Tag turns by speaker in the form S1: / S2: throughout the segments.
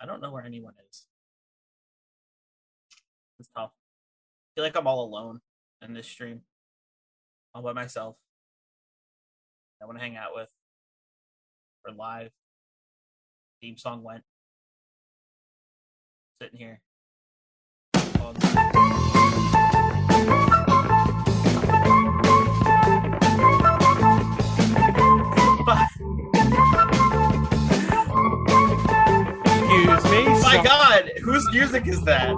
S1: I don't know where anyone is. It's tough. I feel like I'm all alone in this stream, all by myself. No one to hang out with. We're live. Theme song went. Sitting here. Um,
S2: Excuse me.
S1: Oh my
S2: some
S1: God, whose music is that?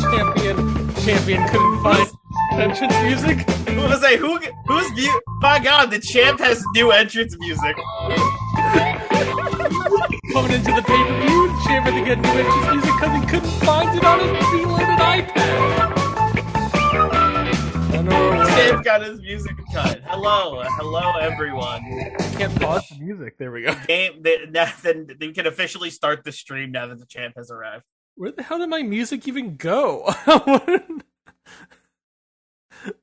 S2: Champion, champion couldn't find entrance music.
S1: Who was I? Who? Who's mu- My God, the champ has new entrance music.
S2: Coming into the pay per view, champion to get new entrance music because he couldn't find it on his belated iPad. I know where it
S1: Champ got his music cut. Hello, hello everyone.
S2: went. can't pause the music. There we go.
S1: game that now then we can officially start the stream now that the champ has arrived.
S2: Where the hell did my music even go?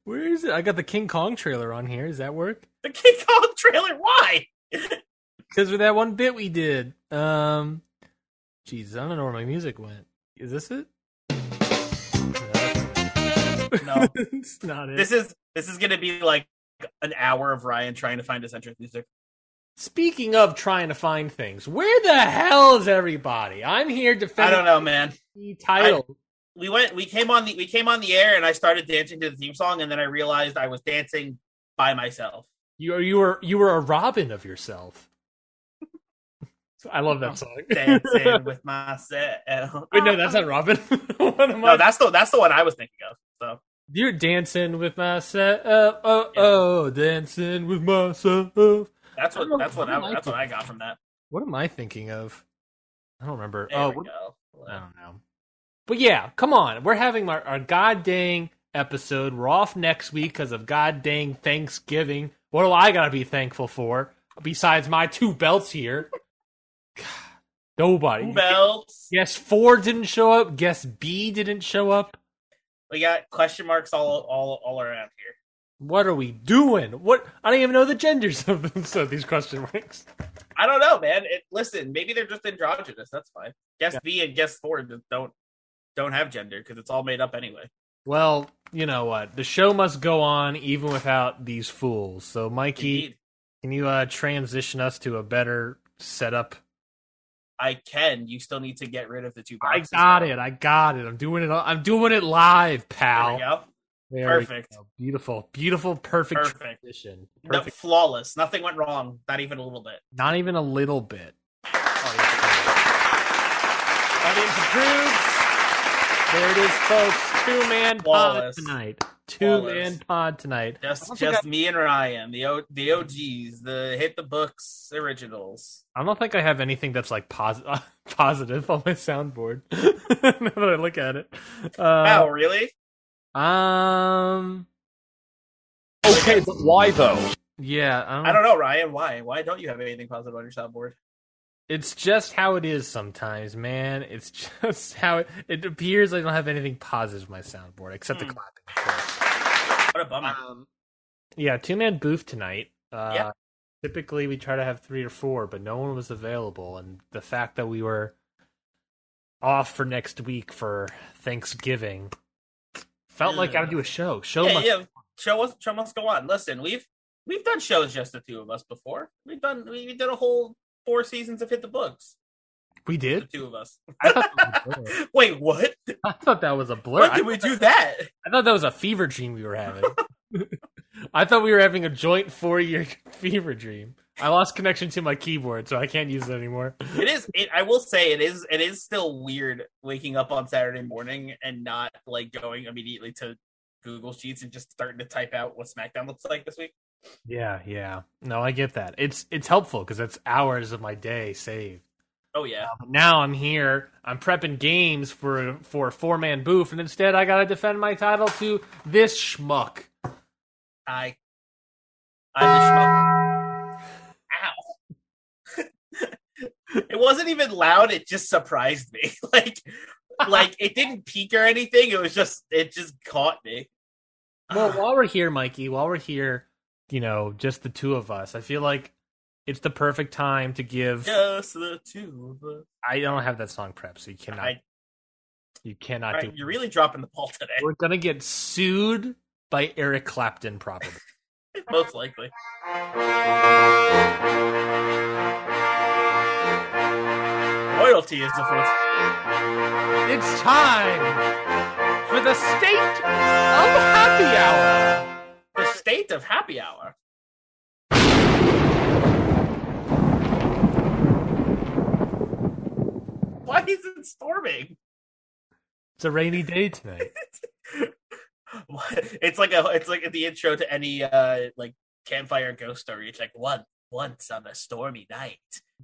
S2: Where is it? I got the King Kong trailer on here. Does that work?
S1: The King Kong trailer, why?
S2: Because of that one bit we did. Um, jeez, I don't know where my music went. Is this it?
S1: No.
S2: it's not it.
S1: This is this is gonna be like an hour of Ryan trying to find his entrance music.
S2: Speaking of trying to find things, where the hell is everybody? I'm here
S1: I
S2: defending
S1: don't know, man.
S2: the title.
S1: We went we came on the we came on the air and I started dancing to the theme song and then I realized I was dancing by myself.
S2: You you were you were a Robin of yourself. Oh, I love that song.
S1: Dancing with myself.
S2: Wait, no, that's not Robin. what am
S1: No,
S2: I?
S1: that's the that's the one I was thinking of. So
S2: You're dancing with myself. Oh, oh, oh, dancing with myself.
S1: that's what
S2: I don't-
S1: that's what
S2: Oh, I don't
S1: I,
S2: like
S1: that's what
S2: it.
S1: I got from that.
S2: What am I thinking of? I don't remember.
S1: There
S2: oh,
S1: we
S2: what-
S1: go.
S2: I don't know. But yeah, come on. We're having our, our god dang episode. We're off next week because of god dang Thanksgiving. What do I got to be thankful for besides my two belts here? God, nobody.
S1: Who belts?
S2: Guess four didn't show up. Guess B didn't show up.
S1: We got question marks all all all around here.
S2: What are we doing? What I don't even know the genders of them, so these question marks.
S1: I don't know, man. It, listen, maybe they're just androgynous. That's fine. Guess
S2: Yeah.
S1: B and guess four just don't don't have gender because it's all made up anyway.
S2: Well, you know what? The show must go on even without these fools. So, Mikey,
S1: Indeed,
S2: Can you uh, transition us to a better setup?
S1: I can. You still need to get rid of the two
S2: I
S1: boxes.
S2: got
S1: though.
S2: it. I got it. I'm doing it. I'm doing it live,
S1: There we
S2: pal.
S1: go.
S2: There we
S1: Perfect.
S2: go. Beautiful. Beautiful. Perfect,
S1: Perfect.
S2: transition.
S1: No-
S2: Perfect.
S1: flawless. Nothing went wrong. Not even a little bit.
S2: Not even a little bit.
S1: Oh,
S2: Audience approves. There it is, folks. Two man pod
S1: Flawless.
S2: tonight. Two man
S1: Flawless.
S2: pod tonight. I
S1: Just
S2: don't think
S1: just me and Ryan, the o- the OGs, the hit the books originals.
S2: I don't think I have anything that's like positive positive on my soundboard. now that I look at it. Uh,
S1: wow, really?
S2: Um.
S3: Okay, but why though?
S2: Yeah. um, I don't,
S1: I don't know, Ryan. Why? Why don't you have anything positive on your soundboard?
S2: It's just how it is sometimes, man. It's just how it, it appears. I don't have anything positive on my soundboard except the
S1: Hmm.
S2: clapping. Of course.
S1: What a bummer.
S2: Um. Yeah, two man booth tonight. Uh,
S1: Yeah.
S2: Typically, we try to have three or four, but no one was available, and the fact that we were off for next week for Thanksgiving felt like I would do a show. Show
S1: yeah,
S2: must
S1: yeah. Show us, show must go on. Listen, we've we've done shows just the two of us before. We've done we, we did a whole four seasons of Hit the Books,
S2: we
S1: the
S2: did.
S1: two of us.
S2: I thought, that was a blur.
S1: Wait, what?
S2: I thought that was a blur.
S1: When
S2: I-
S1: did we do that?
S2: I thought that was a fever dream we were having. I thought we were having a joint four year fever dream. I lost connection to my keyboard, so I can't use it anymore.
S1: It is. It, I will say it is. It is still weird waking up on Saturday morning and not like going immediately to Google Sheets and just starting to type out what SmackDown looks like this week.
S2: Yeah, yeah. No, I get that. It's it's helpful because that's hours of my day saved.
S1: Oh yeah,
S2: But now I'm here. I'm prepping games for for a four man booth, and instead I gotta defend my title to this schmuck.
S1: I. I'm the schmuck. Ow! it wasn't even loud. It just surprised me. like, like it didn't peak or anything. It was just. It just caught me. Ah,
S2: Well, while we're here, Mikey, while we're here, you know, just the two of us, I feel like it's the perfect time to give.
S1: Just the two of us.
S2: I don't have that song prepped, so you cannot.
S1: I-
S2: you cannot
S1: All
S2: do.
S1: right, you're really dropping the ball today,
S2: We're gonna get sued by Eric Clapton, probably.
S1: most likely. Royalty is the fourth.
S2: it's time for the state of happy hour.
S1: The state of happy hour. Why is it storming?
S2: It's a rainy day tonight.
S1: What- It's like a it's like the intro to any uh like campfire ghost story. It's like one once on a stormy night.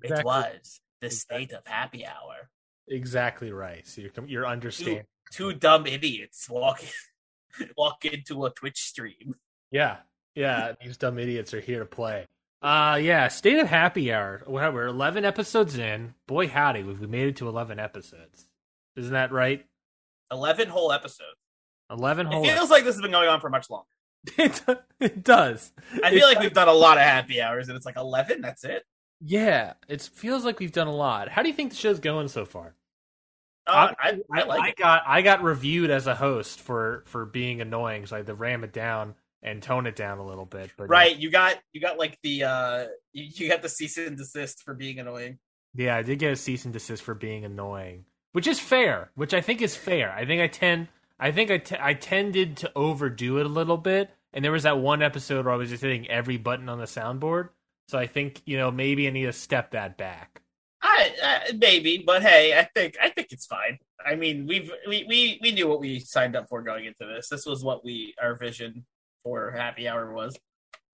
S2: Exactly.
S1: It was the
S2: Exactly.
S1: state of happy hour.
S2: exactly right. So you're com- you're understanding.
S1: two dumb idiots walk walk into a Twitch stream.
S2: Yeah, yeah. These dumb idiots are here to play. Uh yeah. State of happy hour. Wow, we're eleven episodes in. Boy, howdy, we've we made it to eleven episodes. Isn't that right?
S1: Eleven whole episodes.
S2: Eleven whole.
S1: It feels like this has been going on for much longer.
S2: it, it does.
S1: I feel like we've done a lot of happy hours, and it's like eleven. That's it.
S2: Yeah, it feels like we've done a lot. How do you think the show's going so far?
S1: Uh, I, I
S2: I
S1: like it.
S2: got I got reviewed as a host for for being annoying, so I had to ram it down and tone it down a little bit. But uh,
S1: Right, you got you got like the uh you, you got the cease and desist for being annoying.
S2: Yeah, I did get a cease and desist for being annoying, which is fair. Which I think is fair. I think I tend, I think I, te- I tended to overdo it a little bit, and there was that one episode where I was just hitting every button on the soundboard. So I think you know maybe I need to step that back.
S1: I, I maybe, but hey, I think I think it's fine. I mean, we've we, we we knew what we signed up for going into this. This was what we our vision for happy hour was.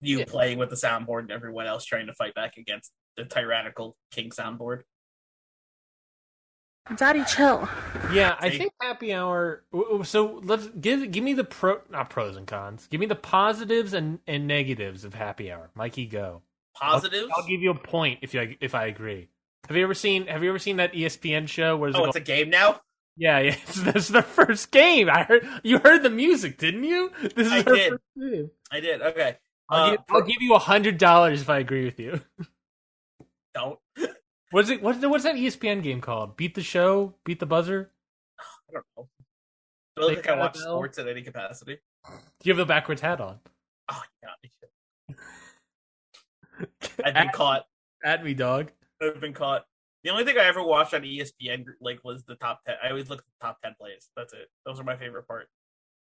S1: You
S2: Yeah.
S1: playing with the soundboard and everyone else trying to fight back against the tyrannical king soundboard.
S4: Daddy, chill.
S2: Yeah, I
S1: See?
S2: think happy hour. w- w- So let's give give me the pro not pros and cons. Give me the positives and and negatives of happy hour. Mikey, go. I'll-
S1: Positives.
S2: I'll, give you a point if you if I agree. Have you ever seen Have you ever seen that E ESPN show where there's
S1: oh,
S2: like a
S1: it's a game now.
S2: Yeah, yeah. It's, this is the first game. I heard you heard the music, didn't you? This is
S1: I
S2: our
S1: did.
S2: first game.
S1: I did. Okay.
S2: I'll,
S1: Uh,
S2: give, I'll give you a hundred dollars if I agree with you.
S1: Don't.
S2: What's it? What's, the, what's that E ESPN game called? Beat the show, beat the buzzer.
S1: I don't know. I don't
S2: They
S1: think I
S2: kinda
S1: watch
S2: know.
S1: sports in any capacity.
S2: You have the backwards hat on.
S1: Oh yeah. I should. I've been caught.
S2: At me, dog.
S1: I've been caught. The only thing I ever watched on E ESPN like was the top ten. I always look at the top ten plays. That's it. Those are my favorite part.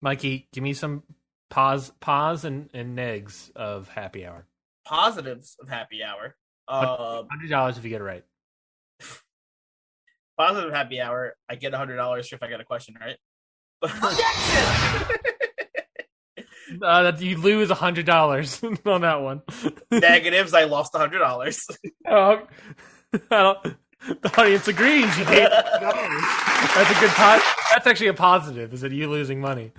S2: Mikey, give me some pause, pause, and and negs of happy hour.
S1: Positives of happy hour. Um,
S2: Hundred dollars if you get it right.
S1: positive happy hour. I get hundred dollars if I get a question right.
S2: Uh, that- you lose hundred dollars on that one.
S1: Negatives. I lost hundred dollars.
S2: Oh, I don't- the audience agrees. You gave That's a good po- That's actually a positive. Is that you losing money?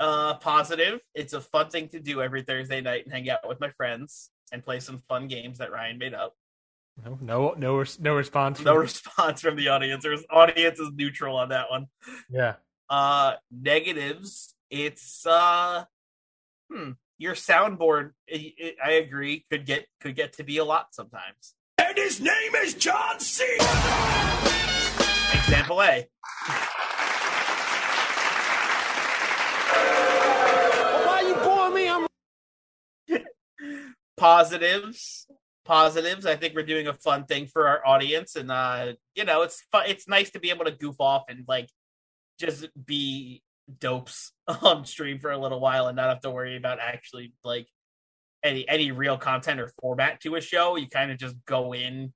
S1: uh, positive. It's a fun thing to do every Thursday night and hang out with my friends and play some fun games that Ryan made up.
S2: No, no, no, res- no response.
S1: No
S2: from-
S1: response from the audience. There's audience is neutral on that one.
S2: yeah,
S1: uh negatives it's uh hmm, your soundboard i i i agree could get could get to be a lot sometimes
S3: And his name is John C.
S1: example a
S3: Why you boring me? I'm
S1: positives positives i think we're doing a fun thing for our audience and uh you know it's fun it's nice to be able to goof off and like just be dopes on stream for a little while and not have to worry about actually like any any real content or format to a show. You kind of just go in.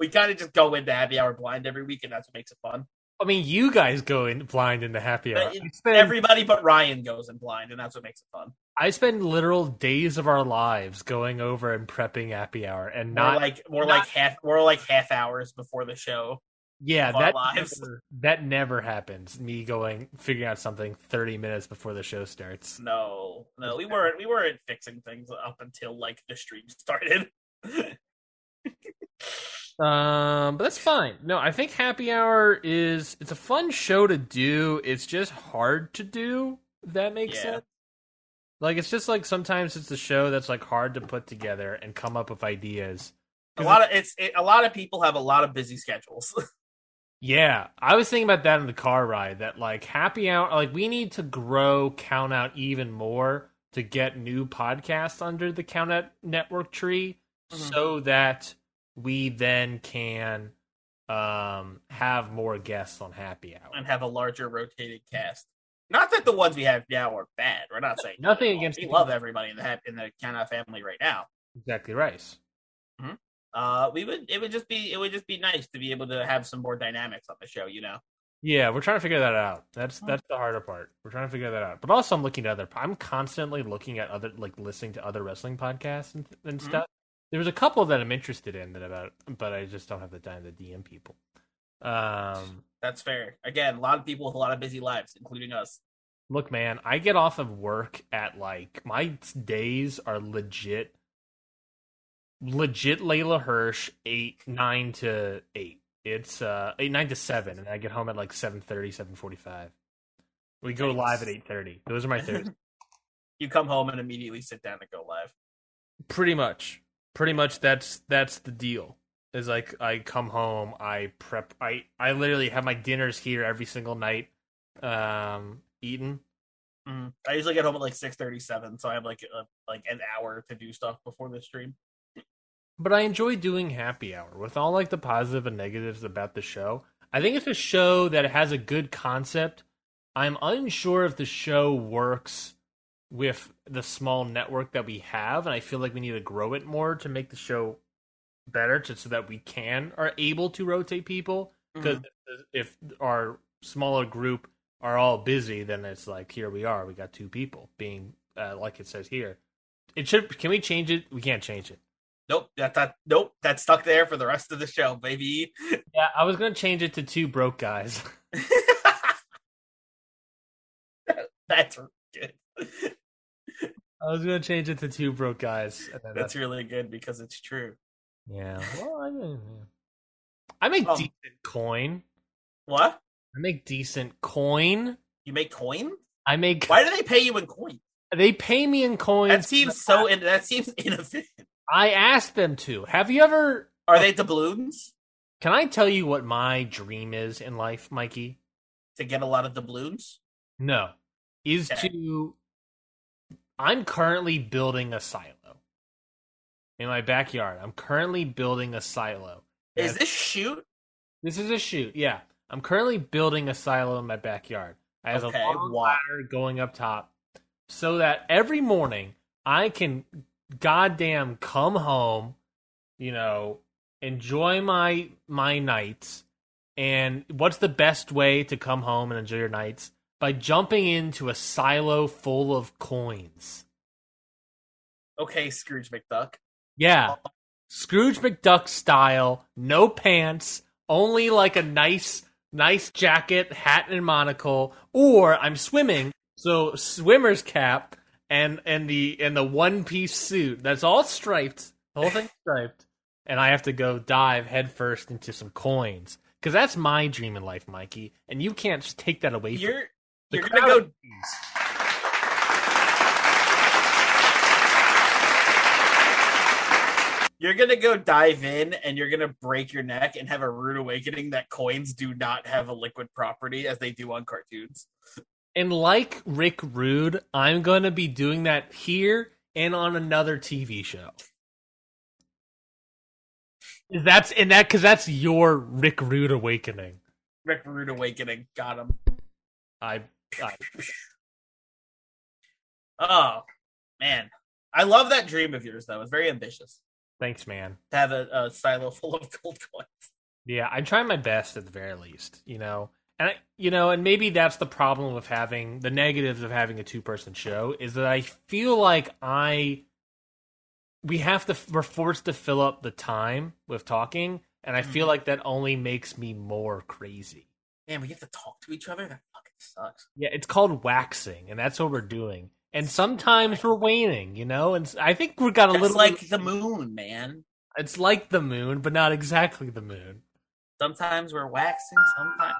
S1: We kind of just go into happy hour blind every week, and that's what makes it fun.
S2: I mean, you guys go in blind in the happy hour.
S1: But
S2: I
S1: it-
S2: spend,
S1: Everybody but Ryan goes in blind, and that's what makes it fun.
S2: I spend literal days of our lives going over and prepping happy hour and
S1: More
S2: not
S1: like more
S2: not-
S1: like half more like half hours before the show.
S2: yeah
S1: of our
S2: that
S1: lives.
S2: never, that never happens. Me going figuring out something thirty minutes before the show starts.
S1: No, no, we weren't we weren't fixing things up until like the stream started.
S2: Um, but that's fine. No, I think happy hour is it's a fun show to do. It's just hard to do. If that makes
S1: Yeah.
S2: sense. Like it's just like sometimes it's a show that's like hard to put together and come up with ideas.
S1: a lot of it's it, a lot of people have a lot of busy schedules.
S2: Yeah, I was thinking about that in the car ride. That like happy hour, like we need to grow count out even more to get new podcasts under the count out network tree,
S1: Mhm.
S2: so that we then can um have more guests on happy hour.
S1: and have a larger rotated cast. Not that the ones we have now are bad. We're not saying
S2: Nothing
S1: that at all.
S2: against
S1: We
S2: the-
S1: love everybody in the hap- in the Kana family right now.
S2: Exactly right.
S1: Uh, we would it would just be it would just be nice to be able to have some more dynamics on the show. You know,
S2: Yeah, we're trying to figure that out. That's that's the harder part. We're trying to figure that out. But also, I'm looking at other. I'm constantly looking at other, like listening to other wrestling podcasts and, and
S1: Mhm.
S2: stuff. There was a couple that I'm interested in that about, but I just don't have the time to DM people. Um,
S1: that's fair. Again, a lot of people with a lot of busy lives, including us.
S2: look, man, I get off of work at like my days are legit, legit. Layla Hirsch eight nine to eight. It's uh eight nine to seven, and I get home at like 7.30, 7.45. We go
S1: Nice.
S2: live at eight thirty. Those are my Thursdays.
S1: You come home and immediately sit down and go live.
S2: pretty much pretty much that's that's the deal is like i come home i prep i i literally have my dinners here every single night um eaten
S1: Mhm. I usually get home at like six thirty seven, so I have like a, like an hour to do stuff before the stream.
S2: but i enjoy doing happy hour with all like the positive and negatives about the show i think it's a show that has a good concept i'm unsure if the show works with the small network that we have and i feel like we need to grow it more to make the show better to, so that we can are able to rotate people because if our smaller group are all busy, then it's like here we are, we got two people being uh, like it says here. It should. Can we change it? We can't change it.
S1: Nope, that, that nope, that's stuck there for the rest of the show, baby.
S2: Yeah, I was gonna change it to two broke guys.
S1: that's good.
S2: I was gonna change it to two broke guys. and then
S1: That's really good because it's true.
S2: yeah. Well, I, mean, yeah. I make
S1: Um,
S2: decent coin.
S1: What?
S2: I make decent coin.
S1: You make coin?
S2: I make.
S1: Why do they pay you in coin?
S2: They pay me in coins.
S1: That seems so. In, that seems inefficient.
S2: I asked them to. Have you ever?
S1: Are they doubloons
S2: Can I tell you what my dream is in life, Mikey?
S1: to get a lot of doubloons?
S2: No. Is
S1: Okay.
S2: to I'm currently building a silo. In my backyard. I'm currently building a silo.
S1: Is
S2: Yeah.
S1: this shoot?
S2: This is a shoot, yeah. I'm currently building a silo in my backyard. I have
S1: Okay,
S2: a long
S1: why?
S2: ladder going up top so that every morning I can goddamn come home, you know, enjoy my my nights. And what's the best way to come home and enjoy your nights? By jumping into a silo full of coins.
S1: Okay, Scrooge McDuck.
S2: Yeah. Scrooge McDuck style, no pants, only like a nice, nice jacket, hat, and monocle. Or I'm swimming, so swimmer's cap and and the and the one piece suit that's all striped, the whole thing striped, and I have to go dive headfirst into some coins because that's my dream in life, Mikey, and you can't just take that away from me.
S1: You're
S2: The
S1: you're gonna
S2: crowd-
S1: go. You're gonna go dive in, and you're gonna break your neck and have a rude awakening that coins do not have a liquid property as they do on cartoons.
S2: And like Rick Rude, I'm going to be doing that here and on another TV show. That's and that because that's your Rick Rude awakening.
S1: Rick Rude awakening got him.
S2: I
S1: Oh man, I love that dream of yours though. It's very ambitious
S2: Thanks, man.
S1: to have a, a silo full of gold coins.
S2: Yeah, I'm trying my best at the very least, you know. And I, you know, and maybe that's the problem of having the negatives of having a two-person show is that I feel like I we have to we're forced to fill up the time with talking, and I feel like that only makes me more crazy.
S1: Man, we have to talk to each other. That fucking sucks.
S2: Yeah, it's called waxing, and that's what we're doing. And sometimes we're waning, you know. And s- I think we got a
S1: It's
S2: little
S1: like the moon, man.
S2: it's like the moon, but not exactly the moon.
S1: Sometimes we're waxing. Sometimes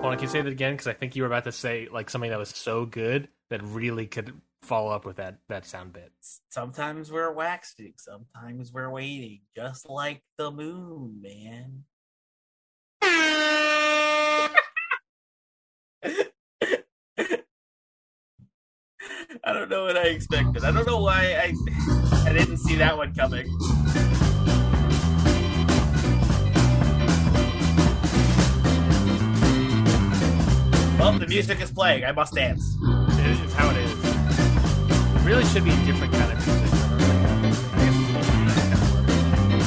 S2: Hold on, can you say that again? Because I think you were about to say like something that was so good that really could follow up with that that sound bit.
S1: sometimes we're waxing. Sometimes we're waiting. Just like the moon, man. I don't know what I expected. I don't know why I I didn't see that one coming. Well, the music is playing. I must dance.
S2: It is how it is. It really should be a different kind of music. I guess it's supposed to be that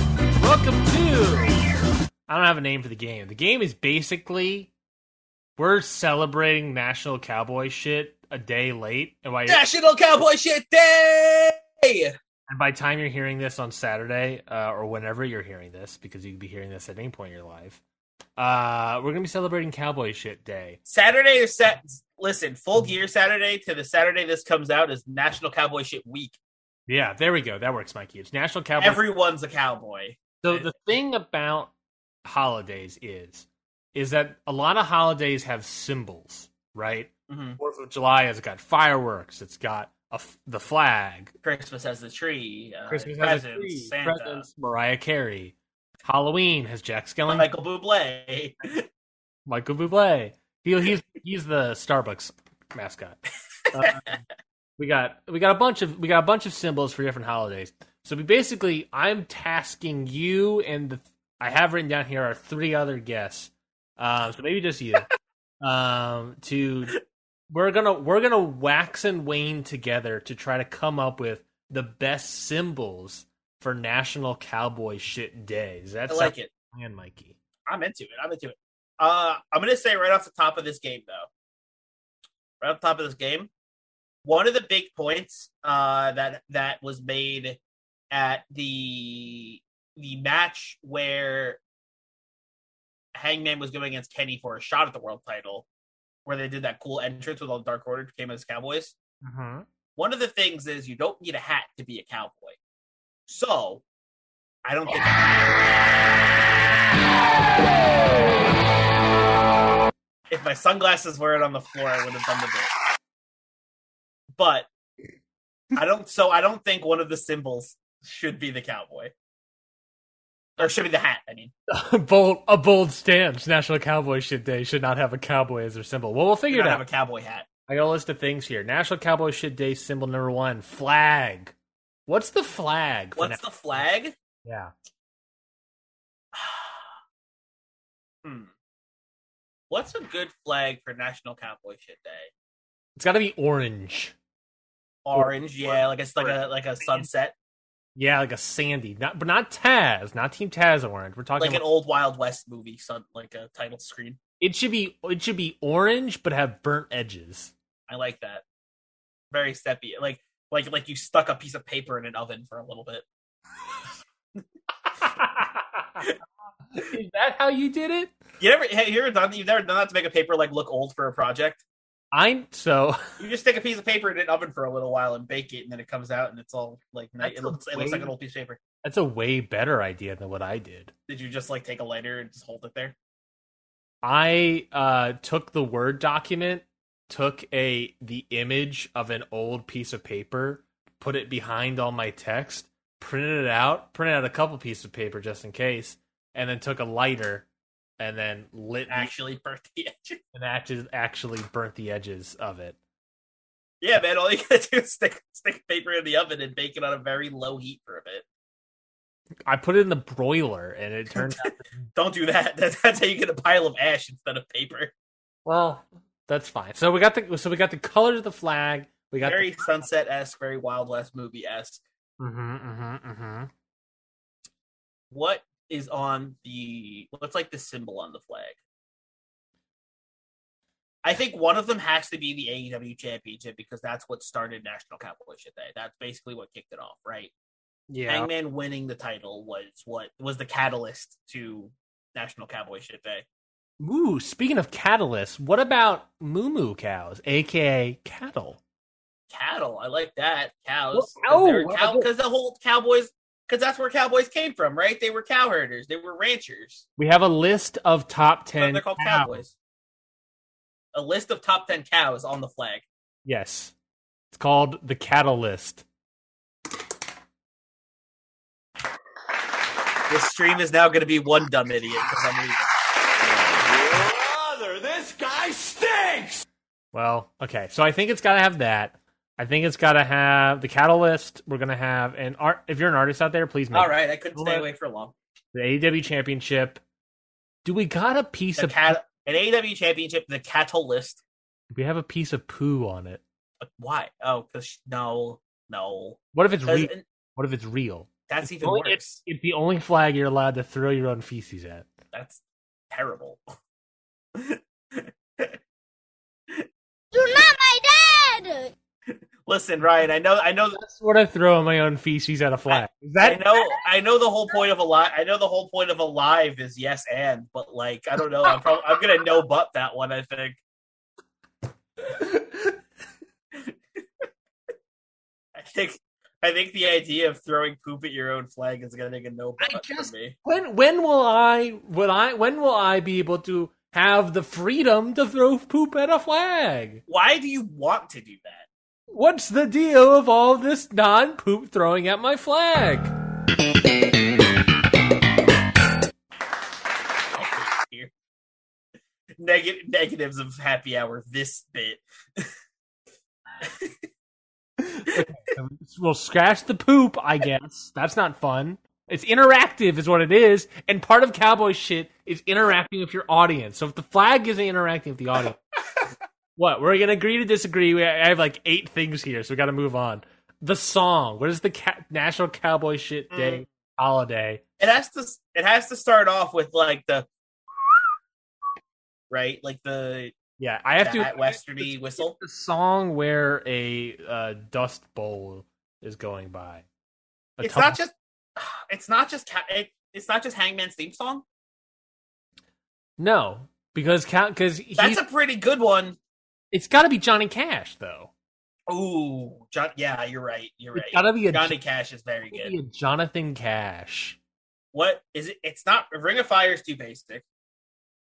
S2: kind of work. Welcome to. I don't have a name for the game. The game is basically we're celebrating National Cowboy shit a day late, and while you're
S1: National Cowboy Shit Day!
S2: And by the time you're hearing this on Saturday, uh, or whenever you're hearing this, because you could be hearing this at any point in your life, uh, we're gonna be celebrating Cowboy Shit Day.
S1: Saturday is set. Listen, full gear Saturday to the Saturday this comes out is National Cowboy Shit Week.
S2: Yeah, there we go. That works, Mikey. It's National Cowboy.
S1: Everyone's a cowboy.
S2: so the thing about holidays is, is that a lot of holidays have symbols, right?
S1: Mhm.
S2: Fourth of July has got fireworks. It's got a f- the flag.
S1: Christmas has the tree. Uh,
S2: Christmas
S1: presents,
S2: has a tree,
S1: Santa,
S2: presents. Mariah Carey. Halloween has Jack Skellington.
S1: Michael Bublé.
S2: Michael Bublé. He, he's he's the Starbucks mascot. Uh, we got we got a bunch of we got a bunch of symbols for different holidays. So we basically, I'm tasking you and the I have written down here are three other guests. Um, so maybe just you. um, to we're gonna we're gonna wax and wane together to try to come up with the best symbols for National Cowboy Shit Day. Is that
S1: I like it.
S2: plan, Mikey?
S1: I'm into it. I'm into it. Uh, I'm gonna say right off the top of this game, though, right off the top of this game, one of the big points uh, that that was made at the the match where Hangman was going against Kenny for a shot at the world title, where they did that cool entrance with all the Dark Order came as Cowboys
S2: Mm-hmm.
S1: one of the things is you don't need a hat to be a cowboy. So, I don't think. if my sunglasses weren't on the floor, I would have done the bit. But I don't. So I don't think one of the symbols should be the cowboy, or should be the hat. I mean,
S2: bold a bold stance. National Cowboy Shit Day should not have a cowboy as their symbol. Well, we'll
S1: you
S2: figure it
S1: don't
S2: out.
S1: have a cowboy hat.
S2: I got a list of things here. National Cowboy Shit Day symbol number one: flag. What's the flag? for
S1: What's the flag?
S2: na- yeah?
S1: hmm. What's a good flag for National Cowboy Shit Day?
S2: It's got to be orange.
S1: orange. Yeah, like it's like a like a sunset,
S2: Yeah, like a sandy, not but not Taz, not Team Taz orange. We're talking.
S1: like an
S2: about,
S1: old Wild West movie, sun like a title screen.
S2: it should be it should be orange, but have burnt edges.
S1: I like that. Very steppy, like like like you stuck a piece of paper in an oven for a little bit.
S2: Is that how you did it?
S1: You ever have you ever done you've never done that to make a paper like look old for a project?
S2: I so
S1: You just stick a piece of paper in an oven for a little while and bake it, and then it comes out and it's all like nice.
S2: That's
S1: It
S2: a
S1: looks it looks like
S2: way-
S1: an old piece of paper.
S2: that's a way better idea than what I did.
S1: Did you just like take a lighter and just hold it there?
S2: I uh, took the Word document, took a the image of an old piece of paper, put it behind all my text, printed it out, printed out a couple pieces of paper just in case, and then took a lighter and then lit the-
S1: Actually, burnt the edge.
S2: and actu- actually burnt the edges of it.
S1: Yeah, man. All you gotta do is stick stick paper in the oven and bake it on a very low heat for a bit.
S2: I put it in the broiler, and it turned out
S1: Don't do that. That's, that's how you get a pile of ash instead of paper.
S2: well. That's fine. So we got the so we got the colors of the flag. We got
S1: Very sunset esque, very Wild West movie esque.
S2: the, hmm hmm hmm
S1: What is on the what's like the symbol on the flag? I think one of them has to be the AEW championship because that's what started National Cowboy Shit Day. That's basically what kicked it off, right?
S2: Yeah.
S1: Hangman winning the title was what was the catalyst to National Cowboy Shit Day.
S2: Ooh, speaking of catalysts, what about moo moo cows, aka cattle?
S1: cattle. I like that. Cows.
S2: Well,
S1: 'Cause
S2: oh,
S1: they're
S2: well,
S1: cow
S2: I did-
S1: because the whole cowboys because that's where cowboys came from, right? They were cow herders. They were ranchers.
S2: We have a list of top
S1: So
S2: ten.
S1: they're called
S2: cows.
S1: cowboys. A list of top ten cows on the flag.
S2: Yes, it's called the cattle list.
S1: This stream is now going to be one dumb idiot because I'm leaving.
S3: Brother, this guy stinks!
S2: Well, okay, so I think it's got to have that. I think it's got to have the cattle list. We're gonna have an art. If you're an artist out there, please make
S1: All right, I couldn't stay
S2: Well,
S1: away for long.
S2: the AEW championship. Do we got a piece
S1: The
S2: of?
S1: cat, an AEW championship, the cattle list.
S2: we have a piece of poo on it.
S1: But why? Oh, because no, no.
S2: What if it's
S1: 'Cause-
S2: real?
S1: and
S2: What if it's real?
S1: that's even
S2: Only-
S1: worse.
S2: it's, it's the only flag you're allowed to throw your own feces at.
S1: That's terrible.
S4: You're not my dad!
S1: Listen, Ryan, I know, I know,
S2: That's what I throw in my own feces at a flag. Is that
S1: I know, I know the whole point of a live. I know the whole point of a live is yes and, but like I don't know. I'm probably I'm gonna no but that one. I think. I think I think the idea of throwing poop at your own flag is gonna make a no
S2: I
S1: but
S2: just-
S1: for me.
S2: when when will I will I when will I be able to have the freedom to throw poop at a flag?
S1: Why do you want to do that?
S2: What's the deal of all this non poop throwing at my flag?
S1: I hate you. Neg- negatives of happy hour. This bit.
S2: We'll scratch the poop, I guess. That's not fun. It's interactive, is what it is. And part of cowboy shit is interacting with your audience. So if the flag isn't interacting with the audience, what? We're gonna agree to disagree. We, I have like eight things here, so we got to move on. The song. What is the ca- National Cowboy
S1: Mm.
S2: Shit Day holiday?
S1: it has to it has to start off with like the right like the
S2: Yeah, I have
S1: that
S2: to.
S1: westerny whistle
S2: the song where a uh, dust bowl is going by. A
S1: it's
S2: tum-
S1: not just it's not just ca- it, it's not just hangman's theme song
S2: no, because count because
S1: that's a pretty good one
S2: it's got to be Johnny Cash though.
S1: Ooh, John, yeah, you're right. You're
S2: It's
S1: right.
S2: gotta be a-
S1: Johnny Cash is very
S2: Maybe
S1: good.
S2: a Jonathan Cash.
S1: What is it? It's not Ring of Fire is too basic.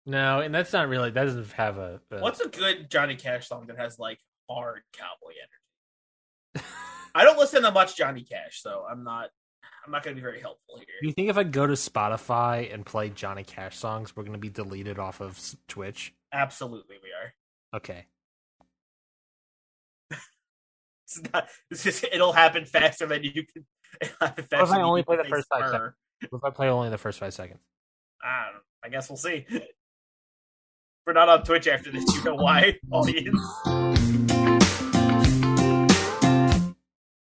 S2: No, and that's not really that doesn't have a. a
S1: What's a good Johnny Cash song that has like hard cowboy energy? I don't listen to much Johnny Cash, so I'm not. I'm not going to be very helpful here.
S2: Do you think if I go to Spotify and play Johnny Cash songs, we're going to be deleted off of s- Twitch?
S1: Absolutely, we are.
S2: Okay.
S1: It's not, it's just, it'll happen faster than you can. it'll happen
S2: What if
S1: faster
S2: I
S1: than
S2: only
S1: you
S2: play the
S1: can say
S2: first five
S1: slur.
S2: What if I play only the first five seconds?
S1: I don't know. I guess we'll see. We're not on Twitch after this. You know why, audience?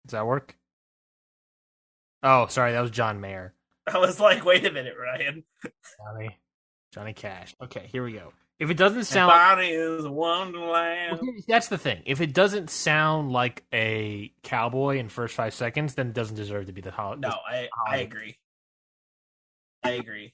S2: Does that work? Oh, sorry, that was John Mayer.
S1: I was like, wait a minute, Ryan.
S2: Johnny, Johnny Cash. Okay, here we go. If it doesn't
S1: Sound-
S2: sound,
S1: Bonnie is
S2: Well,
S1: Wonderland.
S2: here- that's the thing. If it doesn't sound like a cowboy in first five seconds, then it doesn't deserve to be the holiday.
S1: No, I I agree. I agree.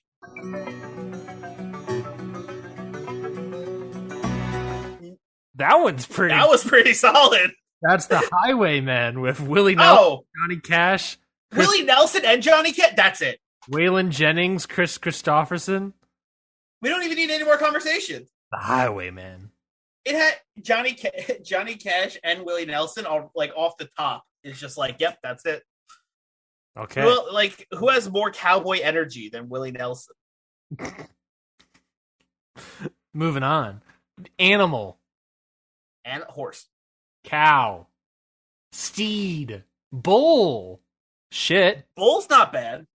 S2: that one's pretty.
S1: That was pretty solid.
S2: that's the Highwaymen with Willie Nelson,
S1: Oh,
S2: Johnny Cash, Chris-
S1: Willie Nelson and Johnny Cat. That's it.
S2: Waylon Jennings, Chris Christopherson.
S1: We don't even need any more conversation.
S2: The Highwaymen.
S1: it had Johnny Ca- Johnny Cash and Willie Nelson all like off the top. It's just like, yep, that's it.
S2: Okay.
S1: Well, like who has more cowboy energy than Willie Nelson?
S2: Moving on. Animal,
S1: And a horse.
S2: cow, steed, bull. Shit.
S1: Oh, Bull's not bad.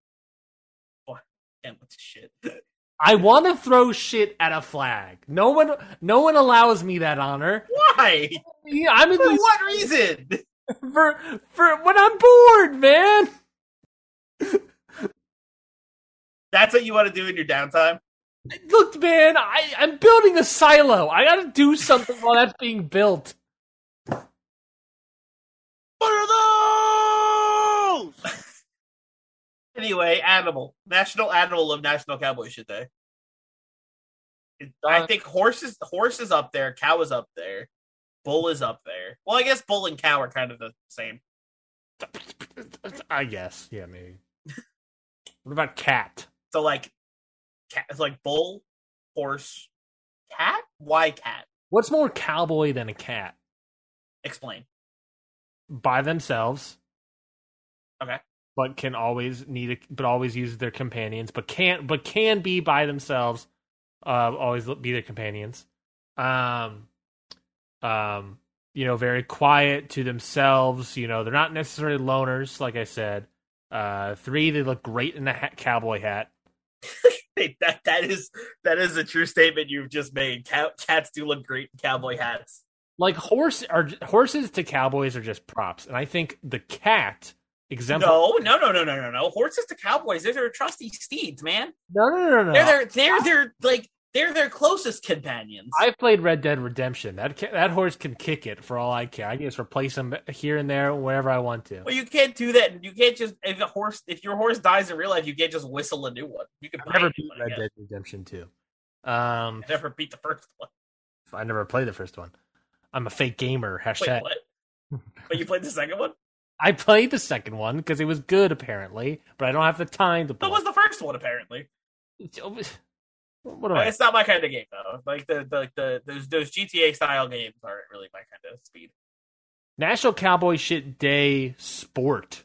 S1: Boy, and what the shit.
S2: I want to throw shit at a flag. No one, no one allows me that honor.
S1: Why?
S2: Yeah, I'm in
S1: For
S2: these
S1: what reason?
S2: for for when I'm bored, man.
S1: That's what you want to do in your downtime?
S2: Look, man, I, I'm building a silo. I gotta do something while that's being built.
S3: What are those?
S1: Anyway, animal. National Animal of National Cowboy Shit Day. I
S2: Uh,
S1: think horses horse is up there, cow is up there, bull is up there. Well, I guess bull and cow are kind of the same.
S2: I guess, yeah, maybe. What about cat?
S1: So like cat it's like bull, horse, cat? Why cat?
S2: What's more cowboy than a cat?
S1: Explain.
S2: By themselves.
S1: Okay.
S2: But can always need, a, but always use their companions. But can't, but can be by themselves. Uh, always be their companions. Um, um, you know, very quiet to themselves. You know, they're not necessarily loners, like I said. Uh, three, they look great in a hat, cowboy hat.
S1: Hey, that that is that is a true statement you've just made. Cow, cats do look great in cowboy hats.
S2: Like horse are horses to cowboys are just props, and I think the cat exemplar.
S1: No, no, no, no, no, no, no. Horses to cowboys, they're their trusty steeds, man.
S2: no, no, no, no. no.
S1: They're their they're their like they're their closest companions.
S2: I've played Red Dead Redemption. That ca- that horse can kick it for all I care. I can just replace him here and there wherever I want to.
S1: well, you can't do that. You can't just if a horse if your horse dies in real life, you can't just whistle a new one. You can
S2: I never beat
S1: one, I
S2: Red
S1: guess.
S2: Dead Redemption two. Um,
S1: I never beat the first one.
S2: I never played the first one. I'm a fake gamer.
S1: Wait,
S2: Hashtag.
S1: what? but you played the second one.
S2: I played the second one because it was good apparently, but I don't have the time to play.
S1: That was the first one, apparently.
S2: what do I?
S1: It's not my kind of game though. Like the the, the those those GTA style games aren't really my kind of speed.
S2: National Cowboy Shit Day sport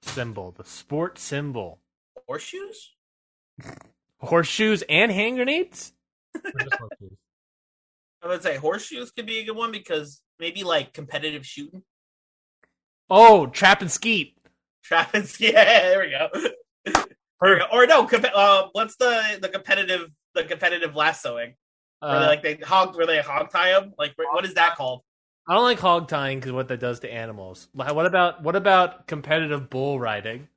S2: symbol. The sport symbol.
S1: Horseshoes?
S2: Horseshoes and hand grenades.
S1: I would say horseshoes could be a good one because maybe like competitive shooting.
S2: oh, trap and skeet.
S1: Travis, yeah, there we go. There we go. Or no, comp- uh, what's the the competitive the competitive lassoing? Where they,
S2: Uh,
S1: like they hog, where they hog tie them? Like wh- what is that called?
S2: I don't like hog tying because what that does to animals. Wha- What about what about competitive bull riding?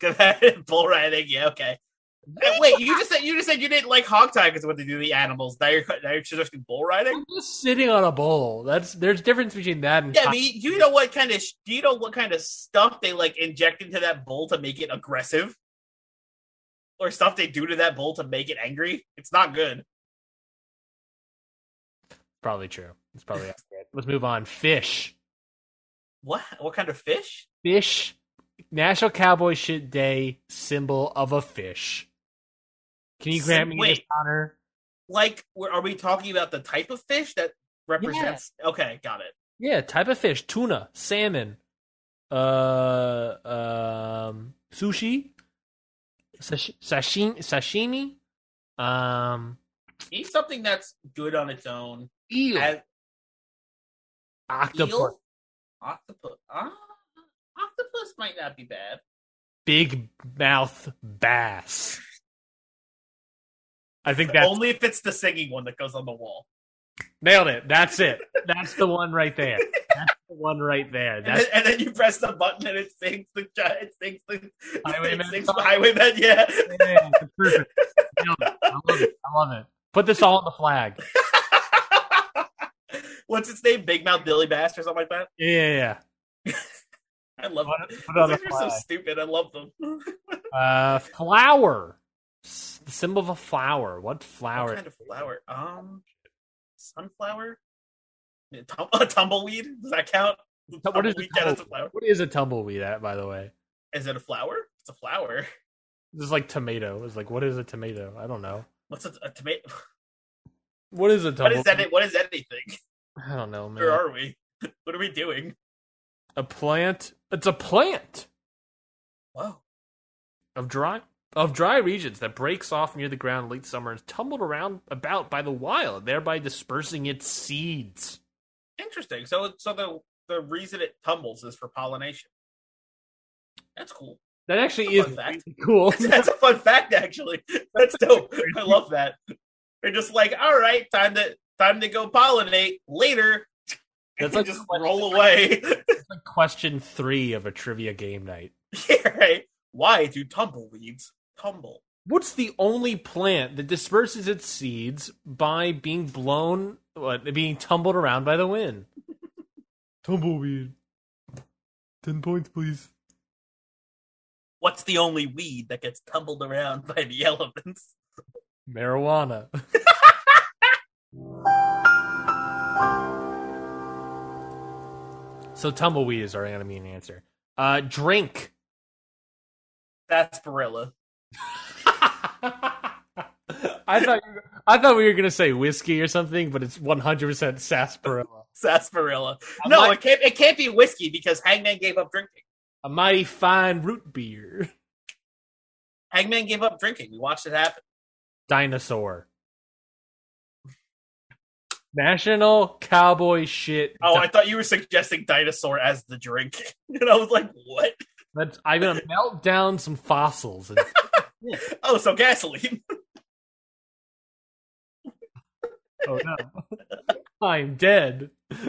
S1: Competitive bull riding? Yeah, okay. Uh, Wait, you just said you just said you didn't like hog tie because what they do to the animals. Now you're now you're suggesting bull riding.
S2: I'm just sitting on a bull. That's there's difference between that and
S1: Yeah,
S2: hog-
S1: but you, you know what kind of sh- do you know what kind of stuff they like inject into that bull to make it aggressive, or stuff they do to that bull to make it angry? It's not good.
S2: probably true. It's probably accurate. Let's move on. Fish,
S1: What what kind of fish?
S2: fish. National Cowboy Shit Day symbol of a fish. Can you grant me
S1: Wait.
S2: this honor?
S1: like where- are we talking about the type of fish that represents okay got it
S2: Yeah, type of fish: tuna, salmon, uh, um, sushi, sash- sashimi, sashimi, um,
S1: eat something that's good on its own
S2: eel,
S1: as
S2: octopus,
S1: eel octopus ah, octopus might not be bad
S2: big mouth bass. I think that's
S1: only if it's the singing one that goes on the wall
S2: nailed it. That's it. That's the one right there. That's the one right there.
S1: and then,
S2: That's
S1: and then you press the button and it sings the gi- it sings the
S2: Highwayman
S1: it sings
S2: song.
S1: the highwayman yeah
S2: yeah, that's perfect. Nailed it. I love it. I love it. Put this all on the flag.
S1: what's its name big mouth billy bass or something like that
S2: Yeah, yeah, yeah.
S1: i love
S2: Put
S1: it
S2: it- put it on
S1: Those
S2: the
S1: are so
S2: flag.
S1: stupid i love them
S2: Uh, flower. S- The symbol of a flower. What flower?
S1: What kind of flower? Um, sunflower. A tum- a tumbleweed? Does that count?
S2: What is,
S1: Tumbleweed
S2: a
S1: count as a
S2: tumbleweed?
S1: flower?
S2: what is a tumbleweed at, by the way?
S1: Is it a flower? It's a flower.
S2: This is like tomato. It's like, what is a tomato? I don't know.
S1: What's a, a tomato?
S2: What is a
S1: What
S2: tumbleweed?
S1: is that? What is anything?
S2: I don't know, man.
S1: Where are we? What are we doing?
S2: a plant. It's a plant
S1: Whoa!
S2: of dry of dry regions that breaks off near the ground late summer and is tumbled around about by the wild, thereby dispersing its seeds.
S1: Interesting. So, so the the reason it tumbles is for pollination. That's cool.
S2: That actually
S1: That's
S2: is
S1: a fun fact.
S2: cool.
S1: That's a fun fact, actually. That's dope. I love that. They're just like, all right, time to time to go pollinate later.
S2: That's
S1: That's
S2: like-
S1: like just roll away.
S2: Question three of a trivia game night.
S1: Yeah, right. Why do tumbleweeds tumble?
S2: What's the only plant that disperses its seeds by being blown, what, being tumbled around by the wind? Tumbleweed. Ten points, please.
S1: What's the only weed that gets tumbled around by the elements?
S2: Marijuana. so tumbleweed is our enemy and answer. Uh, drink.
S1: That's Barilla.
S2: I thought you- I thought we were gonna say whiskey or something, but it's one hundred percent sarsaparilla.
S1: Sarsaparilla.
S2: I
S1: No,
S2: might-
S1: it can't it can't be whiskey because Hangman gave up drinking.
S2: A mighty fine root beer.
S1: Hangman gave up drinking. We watched it happen.
S2: Dinosaur. National cowboy shit.
S1: Oh, I thought you were suggesting dinosaur as the drink. And I was like, what?
S2: Let's- I'm gonna melt down some fossils and
S1: Oh, so gasoline.
S2: Oh no. I'm dead.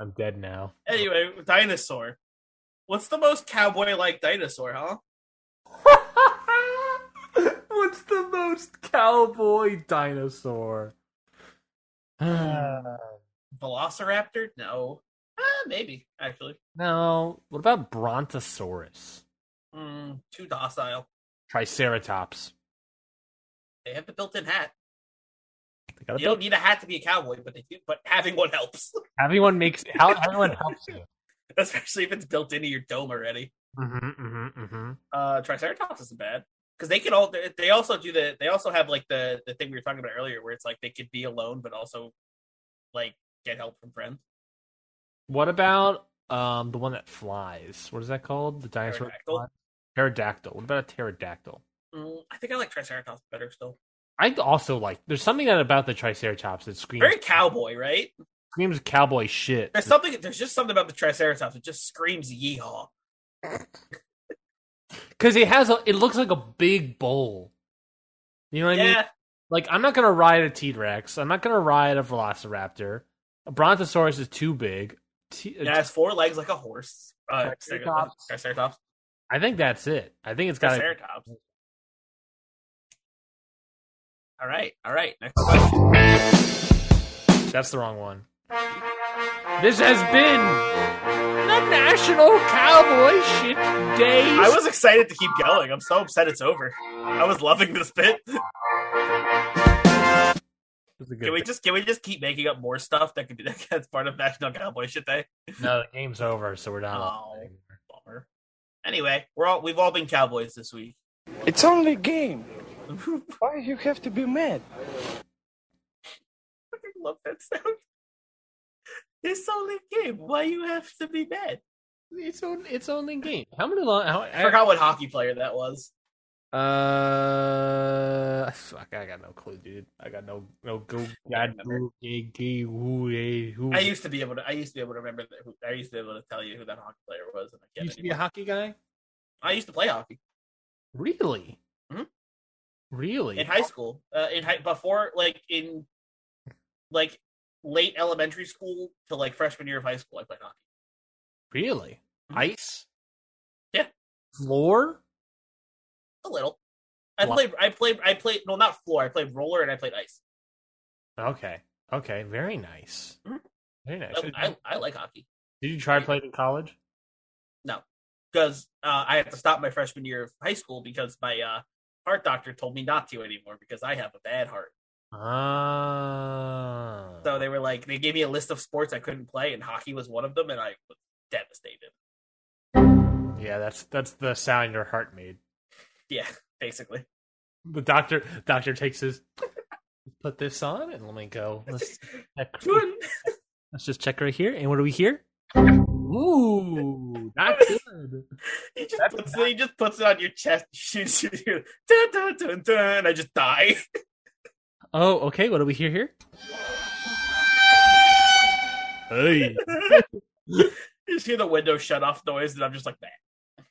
S2: I'm dead now.
S1: anyway, dinosaur. What's the most cowboy like dinosaur, huh?
S2: What's the most cowboy dinosaur? Uh, no.
S1: Velociraptor? No. Ah, maybe, actually.
S2: What about Brontosaurus?
S1: Mm, too docile.
S2: Triceratops.
S1: They have the built in hat.
S2: They gotta
S1: You don't need a hat to be a cowboy, but they do, but having one helps.
S2: Everyone makes how everyone helps you.
S1: Especially if it's built into your dome already.
S2: Mm-hmm, mm-hmm, mm-hmm.
S1: Uh Triceratops isn't bad. Because they can all they- they also do the they also have like the the thing we were talking about earlier where it's like they could be alone but also like get help from friends.
S2: What about um the one that flies? What is that called? The dinosaur that
S1: Pterodactyl?
S2: flies? pterodactyl. What about a pterodactyl?
S1: Mm, I think I like Triceratops better still.
S2: I also like. There's something that about the Triceratops that screams
S1: Very cowboy, right?
S2: screams cowboy shit.
S1: There's something there's just something about the Triceratops that just screams yeehaw.
S2: Because it has a. It looks like a big bowl. You know what I mean?
S1: Yeah.
S2: Like I'm not gonna ride a T Rex. I'm not gonna ride a Velociraptor. A Brontosaurus is too big. T-
S1: It has four legs like a horse. Uh,
S2: Triceratops.
S1: Triceratops. Triceratops.
S2: I think that's it. I think it's got. to
S1: Triceratops. All right, all right. Next question.
S2: That's the wrong one. This has been the National Cowboy Shit Day.
S1: I was excited to keep going. I'm so upset it's over. I was loving this bit. Can we just can we just keep making up more stuff that could be that's part of National Cowboy Shit Day?
S2: No, the game's over, so we're not.
S1: Oh. Bummer. Anyway, we're all we've all been cowboys this week.
S5: It's only a game. Why you have to be mad?
S1: I love that sound. It's only a game. Why you have to be mad?
S2: It's on, it's only game. How many long? How,
S1: I forgot what hockey player that was.
S2: uh, fuck, I got no clue, dude. I got no no go. God, who, eh, gee, who, eh, who.
S1: I used to be able to. I used to be able to remember. That, who- I used to be able to tell you who that hockey player was. And I,
S2: You
S1: can't
S2: used to be a
S1: anymore.
S2: hockey guy.
S1: I used to play hockey
S2: Really?
S1: Mhm.
S2: Really?
S1: in high school. Uh, in high, before, like in like late elementary school to like freshman year of high school, I played hockey.
S2: Really?
S1: Mhm.
S2: Ice?
S1: Yeah.
S2: Floor?
S1: A little. I
S2: Wow.
S1: played. I played. I played. No, not floor. I played roller and I played ice.
S2: Okay. Okay. Very nice.
S1: Mhm.
S2: Very nice.
S1: I, I, I like hockey
S2: Did you try to play it in college?
S1: because uh, I had to stop my freshman year of high school because my uh, heart doctor told me not to anymore because I have a bad heart.
S2: Ah.
S1: So they were like, they gave me a list of sports I couldn't play, and hockey was one of them, and I was devastated.
S2: yeah, that's that's the sound your heart made.
S1: Yeah, basically.
S2: The doctor doctor takes his put this on and let me go. Let's check, let's just check right here. And what do we hear? Ooh, not good.
S1: He just,
S2: That's
S1: puts it, he just puts it on your chest, shoots you, you- dun, dun, dun, dun, and I just die.
S2: Oh, okay. What do we hear here? Hey.
S1: You just hear the window shut off noise, and I'm just like, man.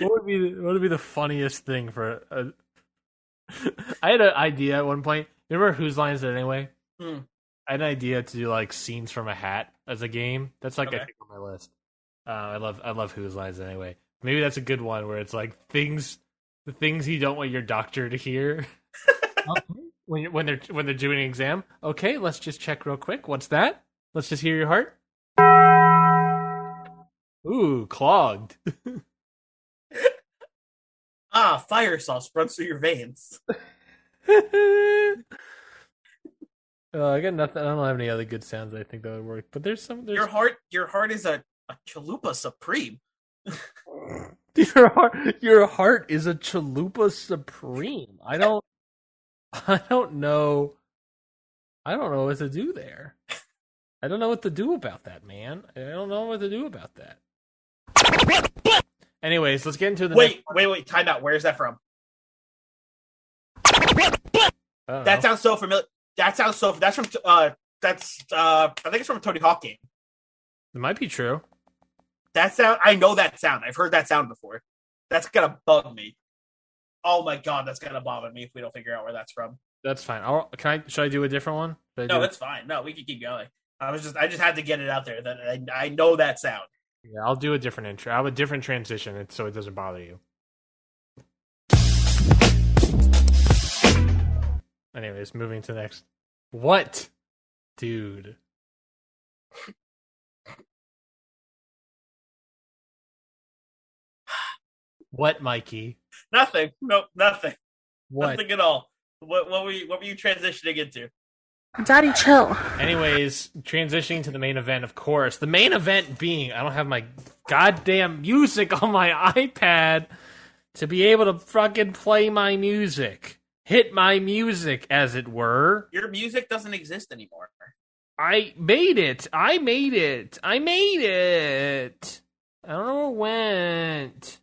S2: what would be the, what would be the funniest thing for a, I had an idea at one point. You remember whose line is it anyway?
S1: Hmm.
S2: I had an idea to do like scenes from a hat as a game. That's like I
S1: Okay.
S2: think on my list. Uh, I love I love whose line is it anyway. Maybe that's a good one where it's like things the things you don't want your doctor to hear. Okay. When you- when they're when they're doing an exam, okay, let's just check real quick. What's that? Let's just hear your heart. Ooh, clogged.
S1: Ah, fire sauce runs through your veins.
S2: uh, I got nothing. I don't have any other good sounds. that I think that would work, but there's some. There's,
S1: Your heart, your heart is a, a chalupa supreme.
S2: your heart, your heart is a chalupa supreme. I don't, I don't know, I don't know what to do there. I don't know what to do about that, man. I don't know what to do about that. Anyways, let's get into the Uh-huh.
S1: Wait, wait, wait, time out. Where is that from?
S2: Next,
S1: That sounds so familiar. That sounds so. That's from. Uh, that's. Uh, I think it's from a Tony Hawk game.
S2: it might be true.
S1: That sound. I know that sound. I've heard that sound before. That's gonna bug me. Oh my god, that's gonna bother me if we don't figure out where that's from.
S2: That's fine. I'll, can I? Should I do a different one? Should I
S1: No,
S2: do-
S1: it's fine. No, we can keep going. I was just. I just had to get it out there that I, I know that sound.
S2: Yeah, I'll do a different intro. I have a different transition it- so it doesn't bother you. Anyways, moving to the next. What? Dude. What, Mikey?
S1: Nothing. Nope. Nothing.
S2: What?
S1: Nothing at all. What, what were you, what were you transitioning into?
S4: Daddy, chill.
S2: Anyways, transitioning to the main event, of course. The main event being I don't have my goddamn music on my iPad to be able to fucking play my music. Hit my music, as it were.
S1: Your music doesn't exist anymore.
S2: I made it. I made it. I made it. I don't know where it went.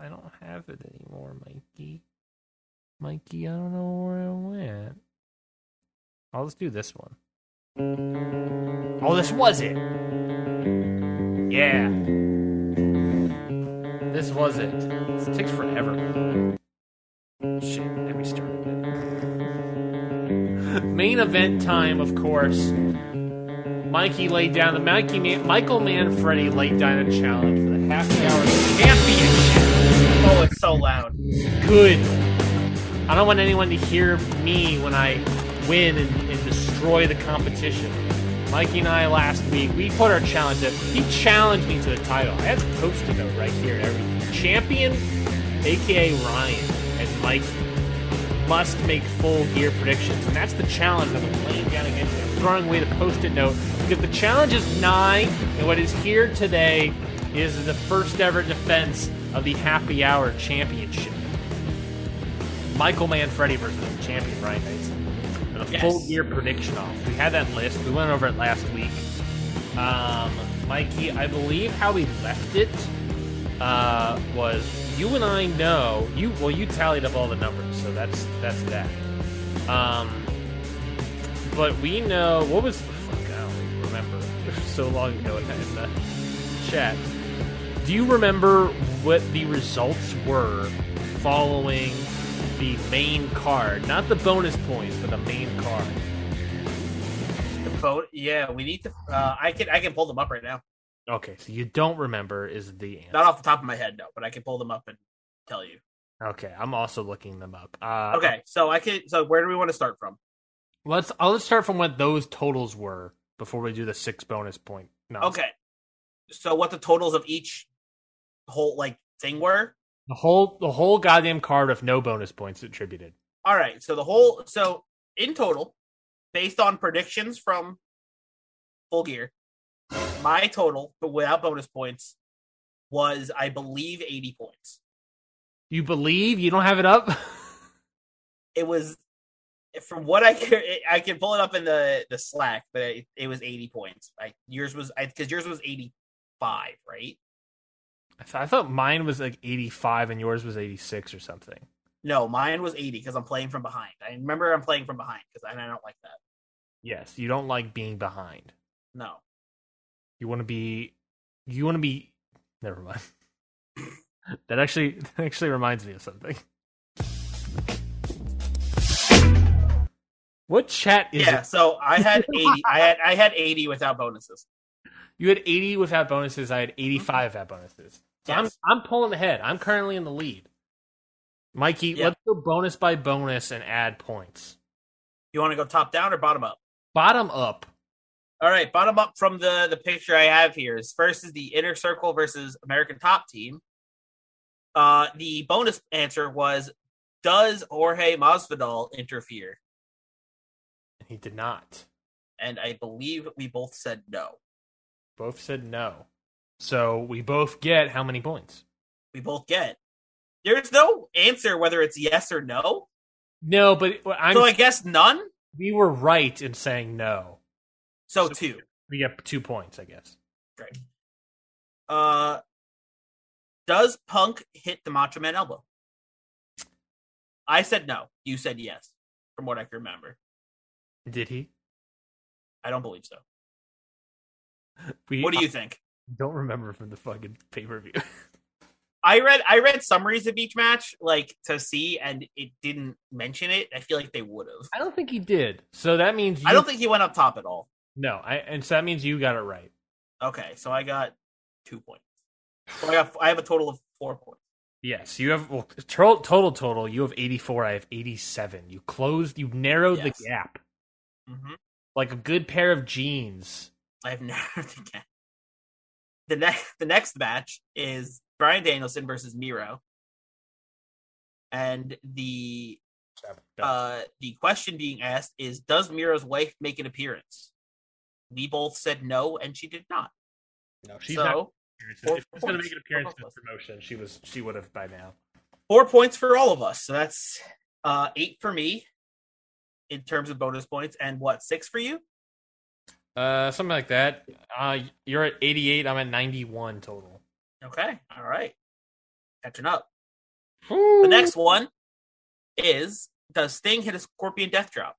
S2: I don't have it anymore, Mikey. Mikey, I don't know where it went. I'll just do this one. Oh, this was it. Yeah. This was it. This takes forever. Shit, let me start it. Main event time, of course. Mikey laid down the Mikey Man, Michael Manfredi laid down a challenge for the half hour championship.
S1: Oh, it's so loud.
S2: Good. I don't want anyone to hear me when I win and, and destroy the competition. Mikey and I last week we put our challenge up. He challenged me to the title. I have a post-it note right here. Every champion, aka Ryan, and Mikey must make full gear predictions, and that's the challenge that I'm laying down against him, throwing away the post-it note because the challenge is nigh, and what is here today is the first ever defense of the Happy Hour Championship. Michael Manfredi versus the champion Ryan Dyson. And a
S1: Yes.
S2: full gear prediction off. We had that list. We went over it last week. Um, Mikey, I believe how we left it uh, was you and I know you. Well, you tallied up all the numbers, so that's that's that. Um, but we know what was. Fuck, I don't even remember. It was so long ago in in the chat. Do you remember what the results were following the main card? Not the bonus points, but the main card.
S1: The boat. Yeah, we need to. Uh, I can I can pull them up right now.
S2: Okay, so you don't remember is the answer.
S1: Not off the top of my head, no, but I can pull them up and tell you.
S2: Okay, I'm also looking them up. Uh,
S1: Okay, so I can. So where do we want to start from?
S2: let's I'll, let's start from what those totals were before we do the six bonus point. No,
S1: Okay, so what the totals of each whole like thing were?
S2: the whole the whole goddamn card with no bonus points attributed.
S1: All right, so the whole so in total, based on predictions from Full Gear, my total but without bonus points was I believe eighty points.
S2: You believe you don't have it up?
S1: It was from what I can I can pull it up in the the Slack, but it, it was eighty points. I yours was I because yours was eighty five, right?
S2: I thought, I thought mine was like 85 and yours was 86 or something.
S1: No, mine was 80 because I'm playing from behind. I remember I'm playing from behind because I, I don't like that.
S2: Yes, you don't like being behind.
S1: No.
S2: You want to be. You want to be. Never mind. that actually that actually reminds me of something. What chat is
S1: yeah,
S2: it?
S1: so I had 80. I had I had 80 without bonuses.
S2: You had 80 without bonuses. I had 85 without bonuses. So
S1: Mm-hmm. Yes.
S2: I'm I'm pulling ahead. I'm currently in the lead. Mikey,
S1: Yeah.
S2: let's go bonus by bonus and add points.
S1: You want to go top down or bottom up?
S2: Bottom up.
S1: All right, bottom up from the the picture I have here is first is the inner circle versus American Top Team. Uh, the bonus answer was, does Jorge Masvidal interfere?
S2: He did not.
S1: And I believe we both said no.
S2: Both said no. So we both get how many points?
S1: We both get. There's no answer whether it's yes or no.
S2: No, but I'm,
S1: so I guess none.
S2: we were right in saying no.
S1: So two.
S2: We get two points, I guess.
S1: Uh, does Punk hit the Macho Man elbow? I said no. You said yes. From what I can remember,
S2: Did he?
S1: I don't believe so.
S2: We,
S1: What do you think?
S2: I don't remember from the fucking pay per view.
S1: I read I read summaries of each match like to see, and it didn't mention it. I feel like they would have.
S2: I don't think he did. So that means you,
S1: I don't think he went up top at all.
S2: no. I and so that means you got it right.
S1: Okay, so I got two points. So I got I have a total of four points.
S2: Yes, you have well, total total total. You have eighty four. I have eighty seven. You closed. You narrowed
S1: Yes.
S2: the gap
S1: hmm
S2: like a good pair of jeans.
S1: I have never again. The next the next match is Brian Danielson versus Miro, and the uh the question being asked is Does Miro's wife make an appearance? We both said no, and she did not.
S2: no, she's
S1: so.
S2: not. If
S1: four
S2: she was going to
S1: points.
S2: make an appearance
S1: Four
S2: in promotion, she was. She would have by now.
S1: four points for all of us. So that's uh eight for me in terms of bonus points, and what six for you?
S2: Uh, something like that. Uh, you're at eighty eight. I'm at ninety one total.
S1: Okay, all right, catching up. The next one is does Sting hit a scorpion death drop?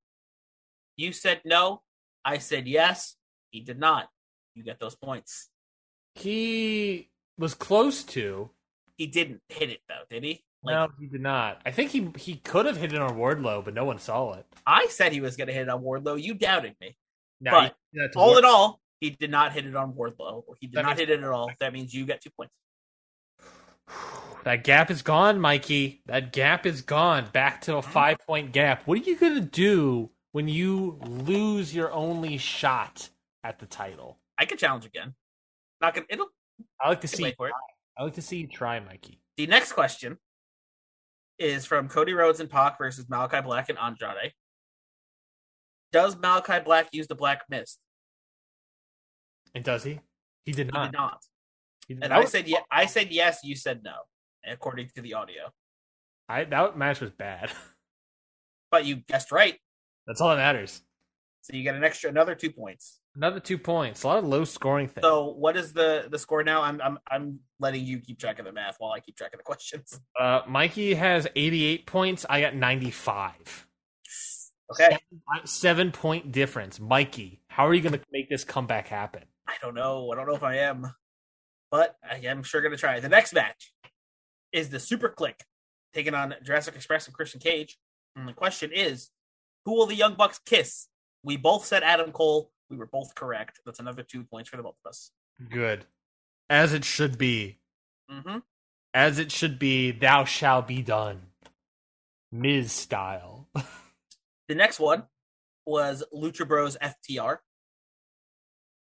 S1: You said no, I said yes. He did not. You get those points.
S2: he was close to.
S1: He didn't hit it though, did he? Like
S2: no, he did not. I think he he could have hit it on Wardlow, but no one saw it.
S1: I said, he was going to hit it on Wardlow. You doubted me.
S2: No,
S1: But
S2: he- that's
S1: All
S2: Ward-
S1: in all, he did not hit it on Wardlow. He did
S2: That
S1: not
S2: means-
S1: hit it at all. That means you get two points.
S2: That gap is gone, Mikey. That gap is gone. Back to a five point gap. What are you going to do when you lose your only shot at the title?
S1: I could challenge again. Not gonna. It'll
S2: I like to see.
S1: wait for it.
S2: I like to see you try, Mikey.
S1: The next question is from Cody Rhodes and Pac versus Malachi Black and Andrade. Does Malachi Black use the Black Mist?
S2: And does he? He did
S1: He
S2: not.
S1: did not.
S2: He did
S1: And
S2: not.
S1: I said, yeah, I said yes. You said no, according to the audio.
S2: I, that match was bad.
S1: But you guessed right,
S2: That's all that matters.
S1: so you get an extra another two points.
S2: Another two points. A lot of low scoring things.
S1: So what is the the score now? I'm I'm I'm letting you keep track of the math while I keep track of the questions.
S2: uh, Mikey has 88 points. I got 95.
S1: Okay,
S2: Seven, seven point difference. Mikey, how are you going to make this comeback happen?
S1: I don't know. I don't know if I am, but I am sure going to try. The next match is the Super Click taking on Jurassic Express and Christian Cage. And the question is, who will the Young Bucks kiss? We both said Adam Cole. We were both correct. That's another two points for the both of us.
S2: Good. As it should be.
S1: hmm
S2: As it should be, thou shall be done. Miz style.
S1: The next one was Lucha Bros FTR.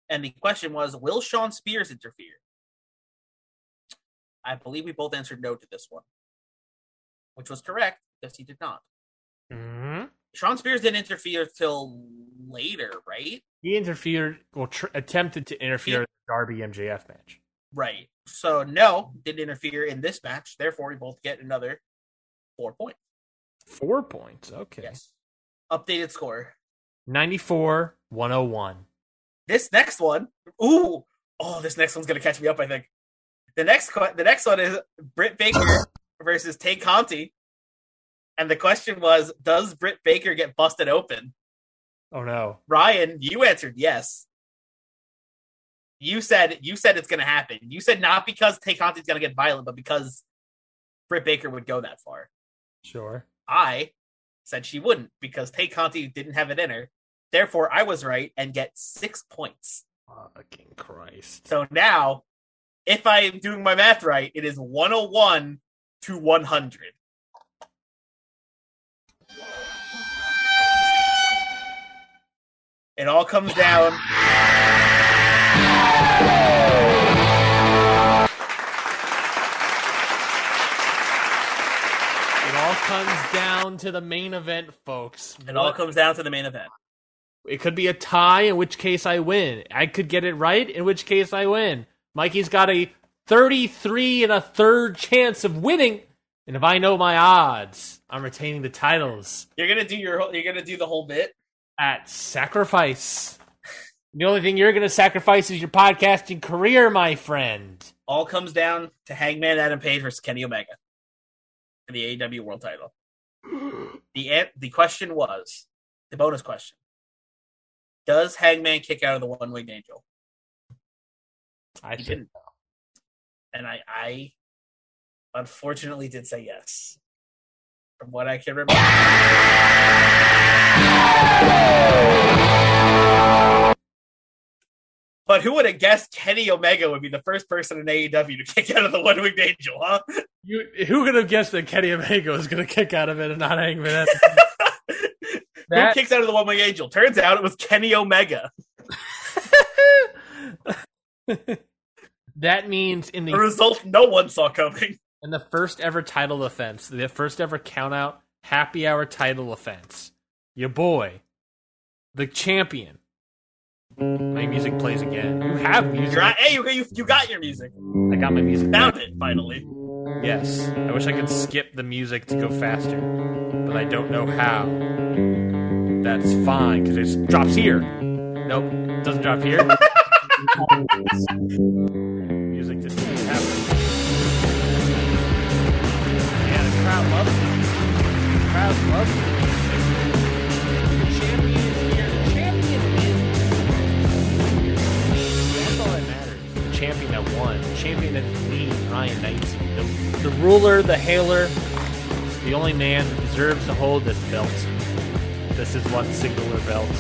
S1: And the question was, will Sean Spears interfere? I believe we both answered no to this one, which was correct because he did not.
S2: Mm-hmm.
S1: Sean Spears didn't interfere till later, right?
S2: He interfered, or tr- attempted to interfere in the Darby MJF match.
S1: Right. So no, didn't interfere in this match. Therefore, we both get another four points.
S2: Four points. Okay.
S1: Yes. Updated score.
S2: 94, 101.
S1: This next one. Ooh. Oh, this next one's gonna catch me up. I think. The next que- the next one is Britt Baker versus Tay Conti. And the question was, does Britt Baker get busted open?
S2: Oh no.
S1: Ryan, you answered yes. You said you said it's going to happen. You said not because Tay Conti's going to get violent, but because Britt Baker would go that far.
S2: Sure.
S1: I said she wouldn't because Tay Conti didn't have it in her. Therefore, I was right and get six points.
S2: Fucking Christ.
S1: So now, if I am doing my math right, it is 101 to 100. It all comes down
S2: It all comes down to the main event, folks.
S1: It all
S2: What-
S1: comes down to the main event.
S2: It could be a tie, in which case I win. I could get it right, in which case I win. Mikey's got a 33 and a third chance of winning, and if I know my odds, I'm retaining the titles
S1: You're gonna do your whole- you're gonna do the whole bit.
S2: at sacrifice. The only thing you're going to sacrifice is your podcasting career, my friend.
S1: All comes down to Hangman Adam Page versus Kenny Omega for the AEW World Title. The an- the question was the bonus question: Does Hangman kick out of the One Winged Angel?
S2: I
S1: He
S2: should.
S1: didn't. And I, I unfortunately did say yes. From what I can remember, but who would have guessed Kenny Omega would be the first person in AEW to kick out of the One Winged Angel? Huh?
S2: You, who could have guessed that Kenny Omega was going to kick out of it and not Hangman?
S1: Who
S2: That-
S1: kicks out of the One Winged Angel? Turns out it was Kenny Omega.
S2: that means in the
S1: A result no one saw coming.
S2: And the first ever title offense, the first ever count out happy hour title offense. Your boy, the champion. My music plays again. You have music.
S1: You're at, hey, you, you, you got your music.
S2: I got my music.
S1: Found it finally.
S2: Yes. I wish I could skip the music to go faster, but I don't know how. That's fine because it just drops here. Nope, it doesn't drop here. music just doesn't happen. Yeah, the crowd loves it. The crowd loves it. The champion is here. The champion wins. That's all that matters. The champion that won. The champion that leads Ryan Knight's. The, the ruler, the hailer, the only man that deserves to hold this belt. This is one singular belt.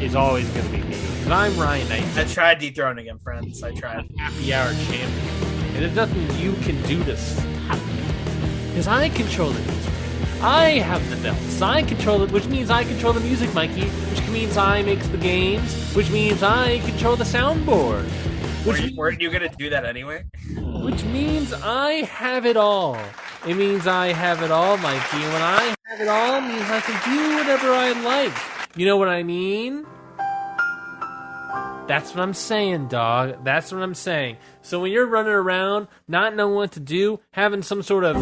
S2: Is always going to be me. 'Cause I'm Ryan Knight
S1: I tried dethroning him, friends. I tried.
S2: happy hour champion. And there's nothing you can do to stop me. Because I control the music. I have the belts. I control it, which means I control the music, Mikey. Which means I make the games. Which means I control the soundboard.
S1: Were
S2: Which,
S1: you, weren't you gonna do that anyway?
S2: which means I have it all. It means I have it all, Mikey. And when I have it all, it means I can do whatever I like. You know what I mean? That's what I'm saying, dog. That's what I'm saying. So when you're running around, not knowing what to do, having some sort of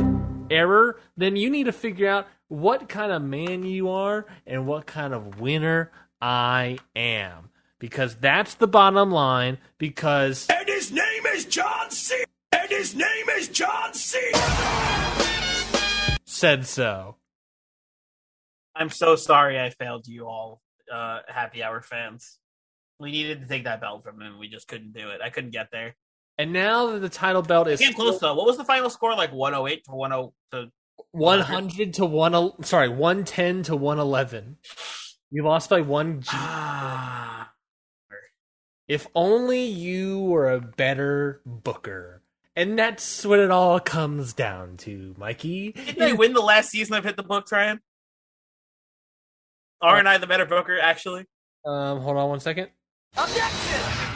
S2: error, then you need to figure out what kind of man you are and what kind of winner I am. Because that's the bottom line. Because
S3: And his name is John C. And his name is John C.
S2: said so.
S1: I'm so sorry I failed you all, uh, happy hour fans. We needed to take that belt from him. We just couldn't do it. I couldn't get there.
S2: And now that the title belt is
S1: Came close though. What was the final score? Like 108 to oh, 10 to
S2: 100 to 1 sorry, 110 to 111. You lost by 1 G.
S1: Ah.
S2: If only you were a better booker. And that's what it all comes down to, Mikey.
S1: Didn't they win the last season of Hit the Books, Ryan? R and I the better booker, actually.
S2: Um, hold on one second.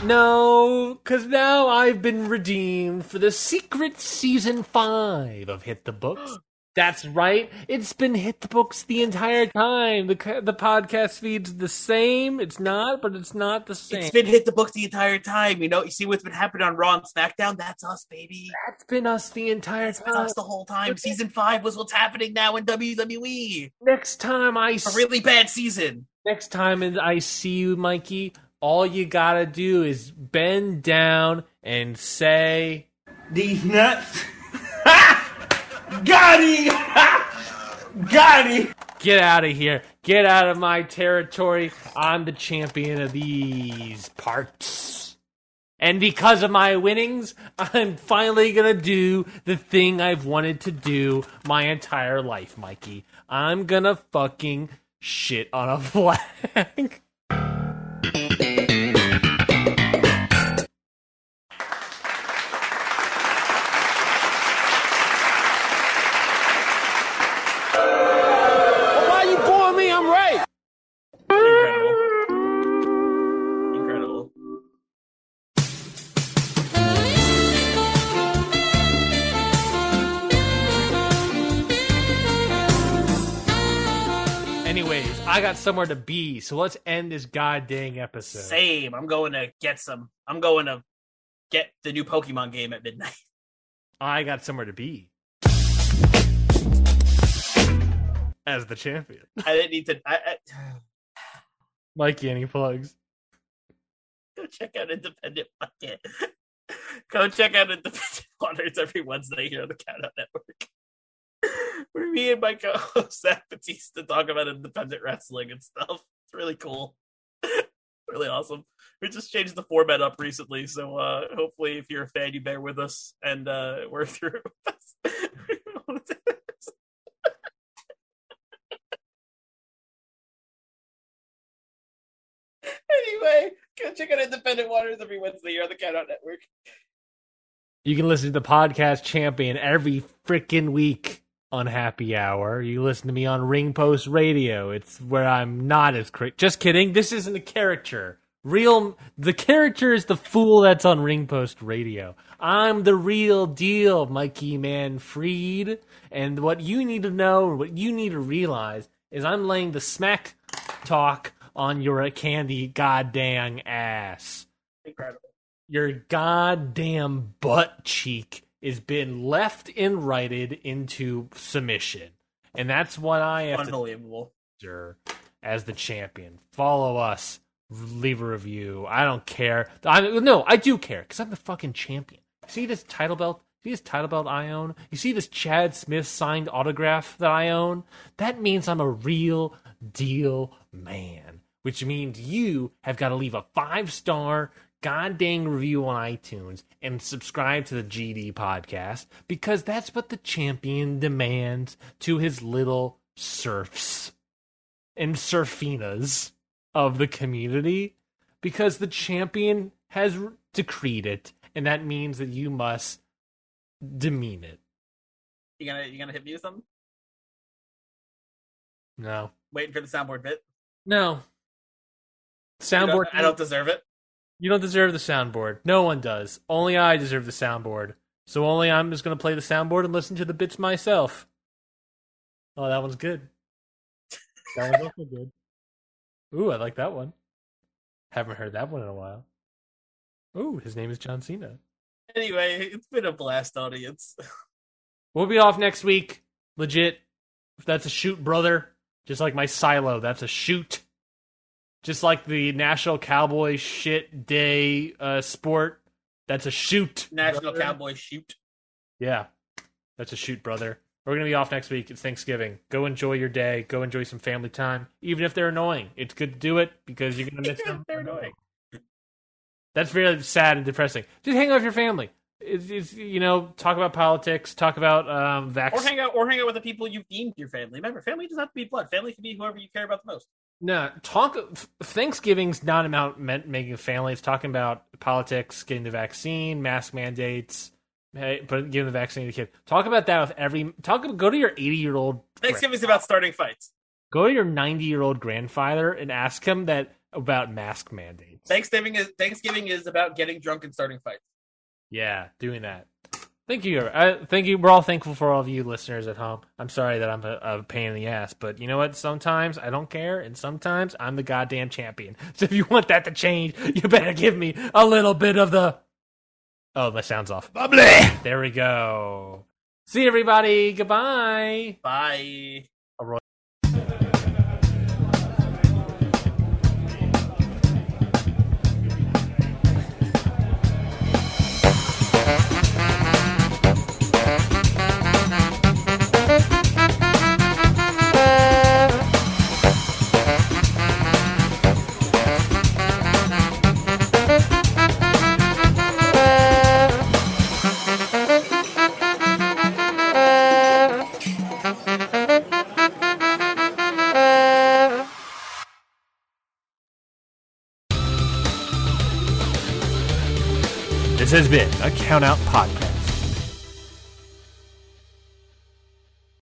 S2: No, because now I've been redeemed for the secret season five of Hit the Books. That's right. It's been Hit the Books the entire time. The c- the podcast feed's the same. It's not, but it's not the same.
S1: It's been hit the books the entire time. You know, you see what's been happening on Raw and SmackDown? That's us, baby.
S2: That's been us the entire
S1: That's been
S2: time.
S1: us the whole time. Season five was what's happening now in WWE.
S2: Next time I
S1: A
S2: s-
S1: really bad season.
S2: next time and I see you, Mikey, all you gotta do is bend down and say
S3: These nuts. Got him.
S1: Got it.
S2: Get out of here. Get out of my territory. I'm the champion of these parts. And because of my winnings, I'm finally going to do the thing I've wanted to do my entire life, Mikey. I'm going to fucking shit on a flag. Why you booing me? I'm right.
S1: Incredible. Incredible.
S2: Anyways, I got somewhere to be, so let's end this goddamn episode.
S1: Same. I'm going to get some. I'm going to get the new Pokemon game at midnight.
S2: I got somewhere to be. As the champion.
S1: I didn't need to. I, I
S2: Mikey, any plugs?
S1: go check out Independent Bucket. go check out Independent Waters every Wednesday here on the Countout Network. Where me and my co-host Zach Batista talk about independent wrestling and stuff. It's really cool. really awesome. We just changed the format up recently, so uh hopefully if you're a fan you bear with us and uh we're through with us. anyway, go check out Independent Waters every Wednesday here on the Countout Network.
S2: You can listen to the podcast champion every freaking week on Happy Hour. You listen to me on Ring Post Radio. It's where I'm not as cra- just kidding. This isn't a character. Real the character is the fool that's on Ring Post Radio. I'm the real deal, Mikey Manfred. And what you need to know, what you need to realize, is I'm laying the smack talk on your candy goddamn ass
S1: Incredible.
S2: your goddamn butt cheek is been left and righted into submission. And that's what I have to
S1: Unbelievable.
S2: Twitter as the champion. Follow us. Leave a review. I don't care. I no, I do care because I'm the fucking champion. See this title belt? See this title belt I own? You see this Chad Smith signed autograph that I own? That means I'm a real deal man. Which means you have got to leave a five star goddamn review on iTunes and subscribe to the GD podcast because that's what the champion demands to his little serfs and surfinas of the community because the champion has r- decreed it and that means that you must demean it
S1: You gonna you gonna hit me with something?
S2: no
S1: Waiting for the soundboard bit.
S2: no
S1: You
S2: soundboard
S1: don't- I don't deserve it.
S2: you don't deserve the soundboard no one does only i deserve the soundboard so only i'm just going to play the soundboard and listen to the bits myself oh that one's good that one's also good ooh i like that one haven't heard that one in a while ooh his name is john cena
S1: Anyway, it's been a blast, audience.
S2: We'll be off next week. Legit. That's a shoot, brother. Just like my silo, that's a shoot. Just like the National Cowboy Shit Day uh, sport, that's a shoot.
S1: National
S2: brother.
S1: Cowboy Shoot.
S2: Yeah, that's a shoot, brother. We're going to be off next week. It's Thanksgiving. Go enjoy your day. Go enjoy some family time. Even if they're annoying, it's good to do it because you're going to miss them.
S1: They're annoying.
S2: That's very sad and depressing. Just hang out with your family. It's, it's, you know, talk about politics, talk about um,
S1: Or
S2: vaccines.
S1: hang out or hang out with the people you've deemed your family. Remember, family doesn't have to be blood. Family can be whoever you care about the most.
S2: No, talk. f- Thanksgiving's not about meant making a family. It's talking about politics, getting the vaccine, mask mandates, hey, but giving the vaccine to kids. Talk about that with every. Talk. Go to your eighty-year-old.
S1: Thanksgiving's about starting fights.
S2: Go to your ninety-year-old grandfather and ask him that about mask mandates.
S1: Thanksgiving is Thanksgiving is about getting drunk and starting fights.
S2: Yeah, doing that. Thank you. I, thank you. We're all thankful for all of you listeners at home. I'm sorry that I'm a, a pain in the ass, but you know what? Sometimes I don't care, and sometimes I'm the goddamn champion. So if you want that to change, you better give me a little bit of the. Oh, my sound's off.
S3: Bubbly!
S2: There we go. See everybody. Goodbye.
S1: Bye.
S6: has been a Count Out Podcast.